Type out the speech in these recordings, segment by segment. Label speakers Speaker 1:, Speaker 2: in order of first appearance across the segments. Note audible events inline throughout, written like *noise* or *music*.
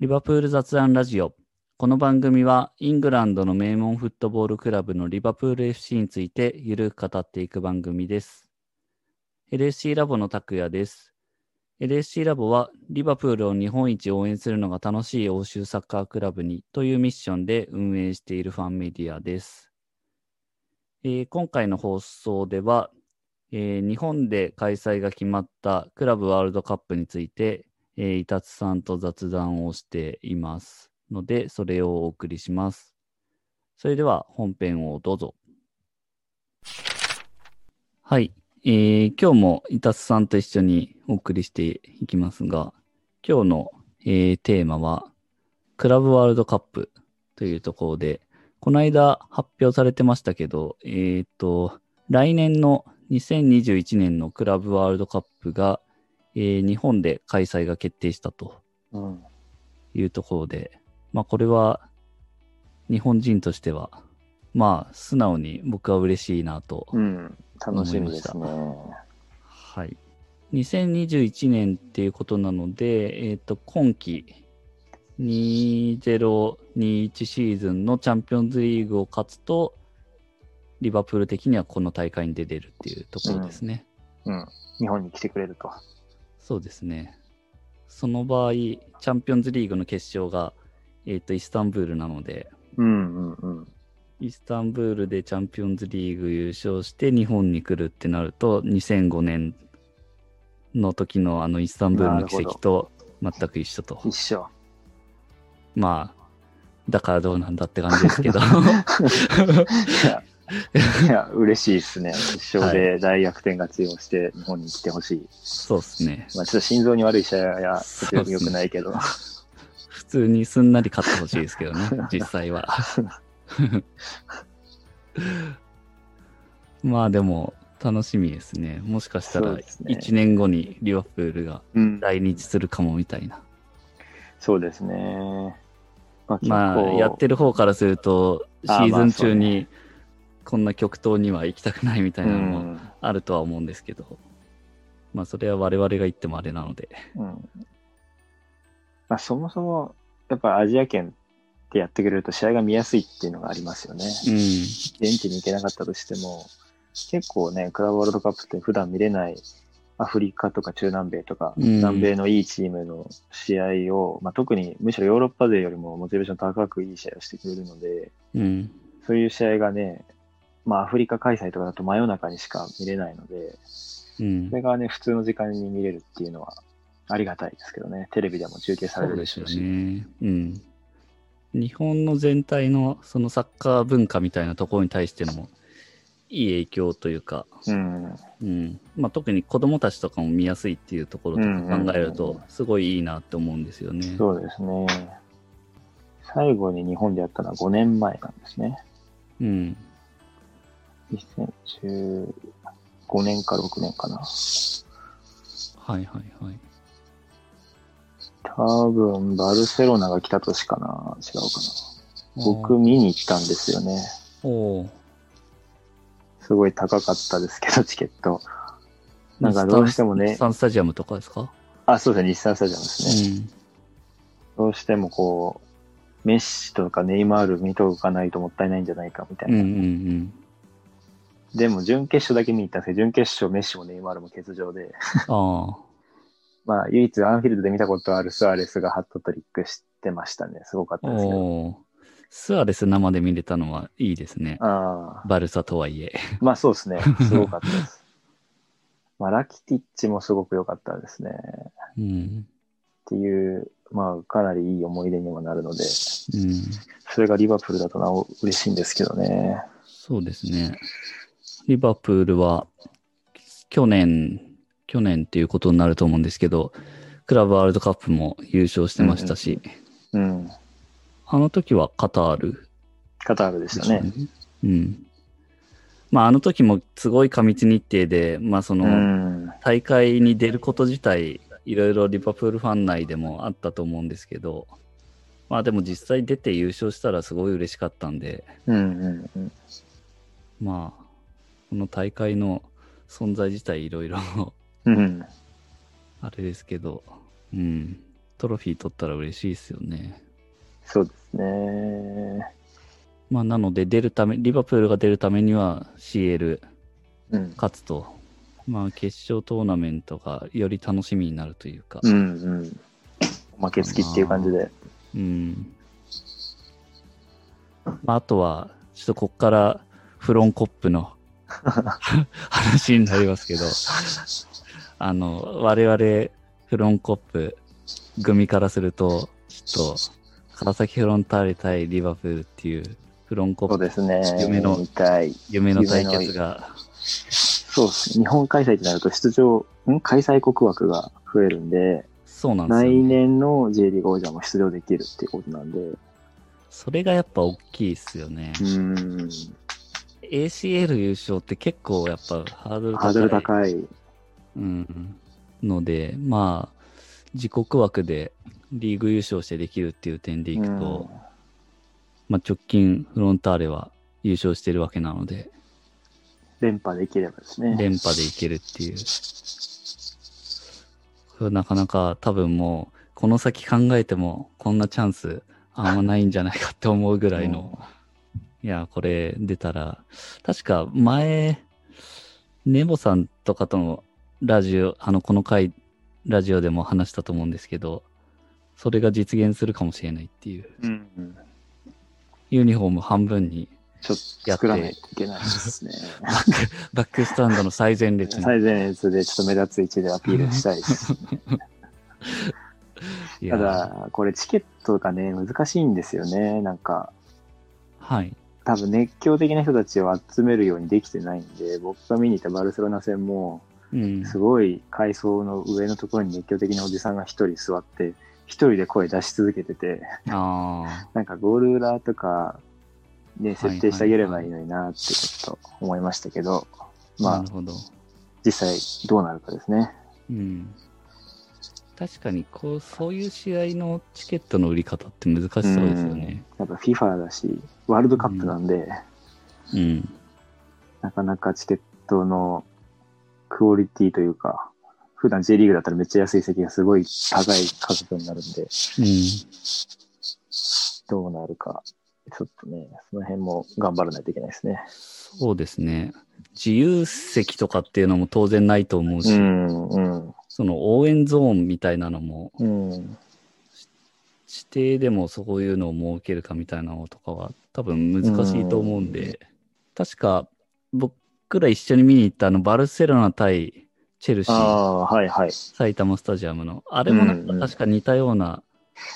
Speaker 1: リバプール雑談ラジオ。この番組はイングランドの名門フットボールクラブのリバプール FC についてゆるく語っていく番組です。LSC ラボの拓也です。LSC ラボはリバプールを日本一応援するのが楽しい欧州サッカークラブにというミッションで運営しているファンメディアです。えー今回の放送では、えー日本で開催が決まったクラブワールドカップについて、えー、イタツさんと雑談をしていますので、それをお送りします。それでは本編をどうぞ。はい。えー今日もイタツさんと一緒にお送りしていきますが、今日の、えーテーマは、クラブワールドカップというところで、この間発表されてましたけど、えっ、と、来年の2021年のクラブワールドカップが、えー日本で開催が決定したと
Speaker 2: うん、
Speaker 1: いうところで、まあこれは日本人としては、まあ素直に僕は嬉しいなと。
Speaker 2: うん、楽しみですね。
Speaker 1: はい。2021年っていうことなので、えっ、と、今季2021シーズンのチャンピオンズリーグを勝つと、リバプール的にはこの大会に出れるっていうところですね。
Speaker 2: うん、日本に来てくれると。
Speaker 1: そうですね。その場合、チャンピオンズリーグの決勝が、えっ、と、イスタンブールなので、
Speaker 2: うん、うん、うん。
Speaker 1: イスタンブールでチャンピオンズリーグ優勝して日本に来るってなると、2005年の時のあのイスタンブールの奇跡と全く一緒と。
Speaker 2: 一緒。
Speaker 1: まあ、だからどうなんだって感じですけど。
Speaker 2: いや、嬉しいですね。決勝で大逆転勝ちをして日本に来てほしい。
Speaker 1: そうですね。
Speaker 2: まあ、ちょっと心臓に悪い試合や、ちょっと良くないけど。
Speaker 1: 普通にすんなり勝ってほしいですけど
Speaker 2: *laughs*
Speaker 1: ね、実際は。 *laughs* まあでも、楽しみですね。もしかした
Speaker 2: そう
Speaker 1: ら
Speaker 2: ですね
Speaker 1: 1年後にリバプールが
Speaker 2: うん、
Speaker 1: 来日するかもみたいな。
Speaker 2: そうですね。まあ、結構
Speaker 1: まあ、やってる方からすると、シ
Speaker 2: あー
Speaker 1: ーズン中
Speaker 2: まあそう
Speaker 1: にこんな極東には行きたくないみたいうなのも
Speaker 2: ん、
Speaker 1: あるとは思うんですけど、まあそれは我々が言ってもあれなので。
Speaker 2: うん。まあ、そもそも、やっぱアジア圏でやってくれると試合が見やすいっていうのがありますよ
Speaker 1: う
Speaker 2: ね。
Speaker 1: ん。
Speaker 2: 現地に行けなかったとしても、結構ね、クラブワールドカップって普段見れないアフリカとか中南米とか、
Speaker 1: うん
Speaker 2: 南米のいいチームの試合を、まあ、特にむしろヨーロッパ勢よりもモチベーション高くいい試合をしてくれるので、
Speaker 1: うん。
Speaker 2: そういう試合がね、まあ、アフリカ開催とかだと真夜中にしか見れないので、
Speaker 1: うん
Speaker 2: そ。れがね、普通の時間に見れるっていうのはありがたいですけどね、テレビでも中継され
Speaker 1: そう
Speaker 2: る
Speaker 1: で
Speaker 2: ですしょ
Speaker 1: よ
Speaker 2: うし。
Speaker 1: ね。うん。日本の全体のそのサッカー文化みたいなところに対してのいい影響というか、
Speaker 2: うん、
Speaker 1: うんまあ、特に子供たちとかも見やすいっていうところとか考える
Speaker 2: うんうんうん
Speaker 1: と
Speaker 2: う
Speaker 1: すごいいいなって思うんですよね。
Speaker 2: そうですね。最後に日本でやったのは5年前なんですね。
Speaker 1: うん。
Speaker 2: 2015年か6年かな。
Speaker 1: はいはいはい。
Speaker 2: 多分、バルセロナが来た年かな。違うかな。僕見に行ったんですよね。
Speaker 1: おお
Speaker 2: すごい高かったですけど、チケット。
Speaker 1: ー。
Speaker 2: なんかどうしてもね
Speaker 1: 日産スタジアムとかですか
Speaker 2: あ、そうですね、日産スタジアムですね。
Speaker 1: ん。
Speaker 2: どうしてもこう、メッシとかネイマール見とかないともったいないんじゃないかみたい
Speaker 1: うんう
Speaker 2: な。
Speaker 1: んうん。
Speaker 2: でも、準決勝だけ見に行ったんですけど、準決勝メッシもネイマールも欠場で、 *laughs*
Speaker 1: ああ。
Speaker 2: まあ、唯一アンフィールドで見たことあるスアレスがハットトリックしてましたね。すごかったですけど。
Speaker 1: おお。スアレス生で見れたのはいいですね。
Speaker 2: ああ。
Speaker 1: バルサとはいえ。
Speaker 2: まあそうで
Speaker 1: *laughs*
Speaker 2: すね。すごかったです。まあラキティッチもすごく良かったですね。っ
Speaker 1: うん。
Speaker 2: ていう、まあかなりいい思い出にもなるので、そ
Speaker 1: うん、
Speaker 2: れがリバプールだとなお嬉しいんですけどね。
Speaker 1: そうですね。リバプールは、去年、去年っていうことになると思うんですけど、クラブワールドカップも優勝してましたし、
Speaker 2: うん。
Speaker 1: あの時はカタール
Speaker 2: カタールで
Speaker 1: で
Speaker 2: した
Speaker 1: すよ
Speaker 2: ね。。
Speaker 1: うん。まあ、あの時もすごい過密日程で、まあ、そうの、
Speaker 2: ん。
Speaker 1: 大会に出ること自体、いろいろリバプールファン内でもあったと思うんですけど、まあでも実際出て優勝したらすごい嬉しかったんで、
Speaker 2: うんうんうん。
Speaker 1: まあ、この大会の存在自体いろいろ *laughs*
Speaker 2: うん。
Speaker 1: あれですけど、うん。トロフィー取ったら嬉しいですよね。
Speaker 2: そうですね。
Speaker 1: まあ、なので、出るため、リバプールが出るためには CL
Speaker 2: うん。
Speaker 1: 勝つと、まあ、決勝トーナメントがより楽しみになるというか、
Speaker 2: うんうん。おまけ付きっていう感じで。
Speaker 1: うん。まあ、あとは、ちょっとこっからフロンコップの *laughs* 話になりますけど、あの、我々フロンコップ組からすると、ちょっと、川崎フロンターレ対リバプールっていうフロンコ
Speaker 2: そ
Speaker 1: ッ
Speaker 2: う
Speaker 1: プ
Speaker 2: ですね。
Speaker 1: 夢の
Speaker 2: 見たい。
Speaker 1: 夢の対決が、
Speaker 2: そうです。日本開催となると出場、ん開催国枠が増えるんで、
Speaker 1: そうなんです
Speaker 2: 来
Speaker 1: よ、ね。
Speaker 2: 年の J リーグ王者も出場できるっていうことなんで。う
Speaker 1: それがやっぱ大きいですよね。
Speaker 2: ん。
Speaker 1: ACL 優勝って結構やっぱハードル高
Speaker 2: ハ
Speaker 1: い。
Speaker 2: ードル高い。
Speaker 1: うん、ので、まあ、自国枠でリーグ優勝してできるっていう点でいくと、
Speaker 2: うん
Speaker 1: まあ、直近フロンターレは優勝してるわけなので、
Speaker 2: 連覇できればですね。
Speaker 1: 連覇でいけるっていう。これなかなか多分もう、この先考えてもこんなチャンスあんまないんじゃないかって思うぐらいのいや、これ出たら、確か前、ネボさんとかとのラジオ、あの、この回、ラジオでも話したと思うんですけど、それが実現するかもしれないっていう、
Speaker 2: うん。うん。
Speaker 1: ユニフォーム半分に、
Speaker 2: ちょっと作らないといけないですね。
Speaker 1: バック、バックスタンドの最前列に。
Speaker 2: 最前列でちょっと目立つ位置でアピールしたいです。
Speaker 1: いや
Speaker 2: た、だ、これチケットがね、難しいんですよね。なんか、
Speaker 1: はい。
Speaker 2: 多分熱狂的な人たちを集めるようにできてないんで、僕が見に行ったバルセロナ戦も、
Speaker 1: うん。
Speaker 2: すごい階層の上のところに熱狂的なおじさんが一人座って、一人で声出し続けてて、
Speaker 1: あ
Speaker 2: なんかゴール裏とかで設定してあげればいいのになってちょっと思いましたけど、
Speaker 1: あ、
Speaker 2: ま
Speaker 1: な
Speaker 2: あ
Speaker 1: る、ほど。
Speaker 2: 実際どうなるかですね。
Speaker 1: うん。確かに、こう、そういう試合のチケットの売り方って難しそうですよね。
Speaker 2: やっぱ FIFA だし、ワールドカップなんで、
Speaker 1: うん。
Speaker 2: なかなかチケットのクオリティというか、普段 J リーグだったらめっちゃ安い席がすごい高い価格になるんで、
Speaker 1: うん
Speaker 2: どうなるか、ちょっとね、その辺も頑張らないといけないですね。
Speaker 1: そうですね。自由席とかっていうのも当然ないと思うし、
Speaker 2: うん、うん、
Speaker 1: その応援ゾーンみたいなのも、
Speaker 2: うん。
Speaker 1: 指定でもそういうのを設けるかみたいなのとかは多分難しいと思うんで、
Speaker 2: う
Speaker 1: 確か僕ら一緒に見に行ったあのバルセロナ対チェルシ
Speaker 2: あ
Speaker 1: ー、
Speaker 2: あ、はいはい。
Speaker 1: 埼玉スタジアムの、あれもなんか
Speaker 2: うんうん
Speaker 1: 確か似たような、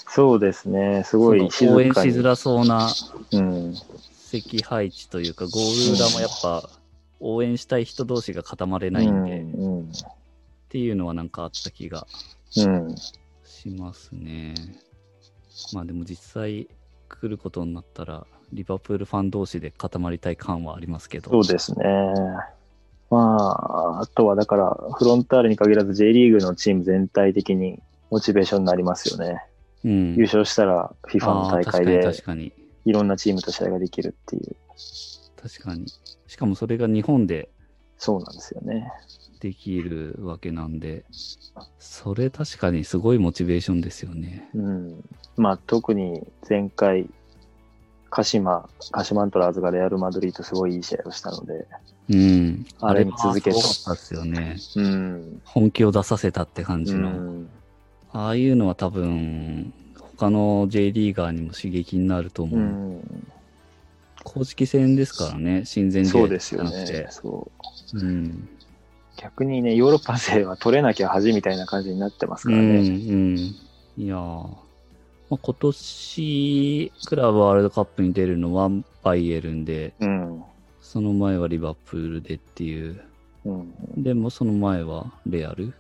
Speaker 2: そうですね、すごい
Speaker 1: その応援しづ
Speaker 2: ら
Speaker 1: らそうな
Speaker 2: うん、
Speaker 1: 席配置というか、ゴール裏もやっぱ応援したい人同士が固まれないんで、っ
Speaker 2: うん、うん
Speaker 1: ていうのはなんかあった気が
Speaker 2: うん。
Speaker 1: しますね。まあでも実際来ることになったら、リバプールファン同士で固まりたい感はありますけど。
Speaker 2: そうですね。まあ、あとはだから、フロンターレに限らず J リーグのチーム全体的にモチベーションになりますよね。
Speaker 1: うん
Speaker 2: 優。勝したら FIFA の
Speaker 1: ああ
Speaker 2: 大
Speaker 1: 確
Speaker 2: 会
Speaker 1: かに
Speaker 2: で
Speaker 1: 確かに。
Speaker 2: いろんなチームと試合ができるっていう、
Speaker 1: 確かに。しかもそれが日本で
Speaker 2: そうなんですよね。
Speaker 1: できるわけなんで、それ確かにすごいモチベーションですよね。
Speaker 2: うん。まあ、特に前回、鹿島、鹿島アントラーズがレアル・マドリーとすごいいい試合をしたので、
Speaker 1: うん。
Speaker 2: あれも続け
Speaker 1: た
Speaker 2: と
Speaker 1: ったですよね。
Speaker 2: うん。
Speaker 1: 本気を出させたって感
Speaker 2: う
Speaker 1: じの。
Speaker 2: ん、
Speaker 1: ああいうのは多分、他の J リーガーにも刺激になると思
Speaker 2: う
Speaker 1: う。
Speaker 2: ん
Speaker 1: 公式戦ですからね、親善試合
Speaker 2: そうです
Speaker 1: じゃ
Speaker 2: よ
Speaker 1: なく
Speaker 2: ね
Speaker 1: て。
Speaker 2: そう
Speaker 1: うん。
Speaker 2: 逆にね、ヨーロッパ勢は取れなきゃ恥みたいな感じになってます
Speaker 1: う
Speaker 2: か
Speaker 1: ん、
Speaker 2: ら
Speaker 1: う
Speaker 2: ね。
Speaker 1: ん。いやー、まあ、今年、クラブワールドカップに出るのはバイエルンで、
Speaker 2: うん。
Speaker 1: その前はリバプールでっていう、
Speaker 2: うん。
Speaker 1: でもその前はレアル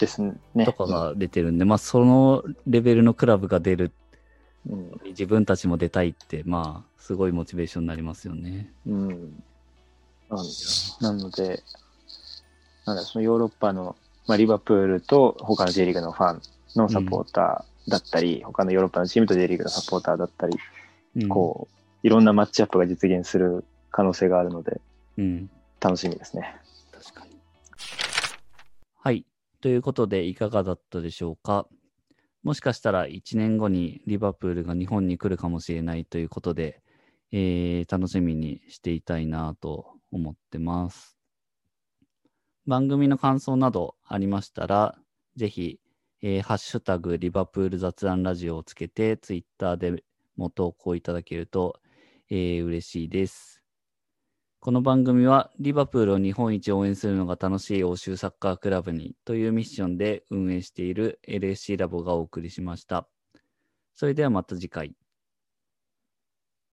Speaker 2: ですね。
Speaker 1: とかが出てるんで、まあそのレベルのクラブが出る、
Speaker 2: うん。
Speaker 1: 自分たちも出たいって、まあすごいモチベーションになりますよね。
Speaker 2: うん。なんなので、なんだ、そのヨーロッパの、まあ、リバプールと他の J リーグのファンのサポーターだったり、他のヨーロッパのチームと J リーグのサポーターだったり、
Speaker 1: うん
Speaker 2: こう、いろんなマッチアップが実現する可能性があるので、
Speaker 1: うん。
Speaker 2: 楽しみですね。
Speaker 1: 確かに。はい。ということで、いかがだったでしょうか。もしかしたら1年後にリバプールが日本に来るかもしれないということで、えー楽しみにしていたいなと思ってます。番組の感想などありましたら、ぜひ、えーハッシュタグリバプール雑談ラジオをつけて、ツイッターでも投稿いただけると、えー嬉しいです。この番組はリバプールを日本一応援するのが楽しい欧州サッカークラブにというミッションで運営している LSC ラボがお送りしました。それではまた次回。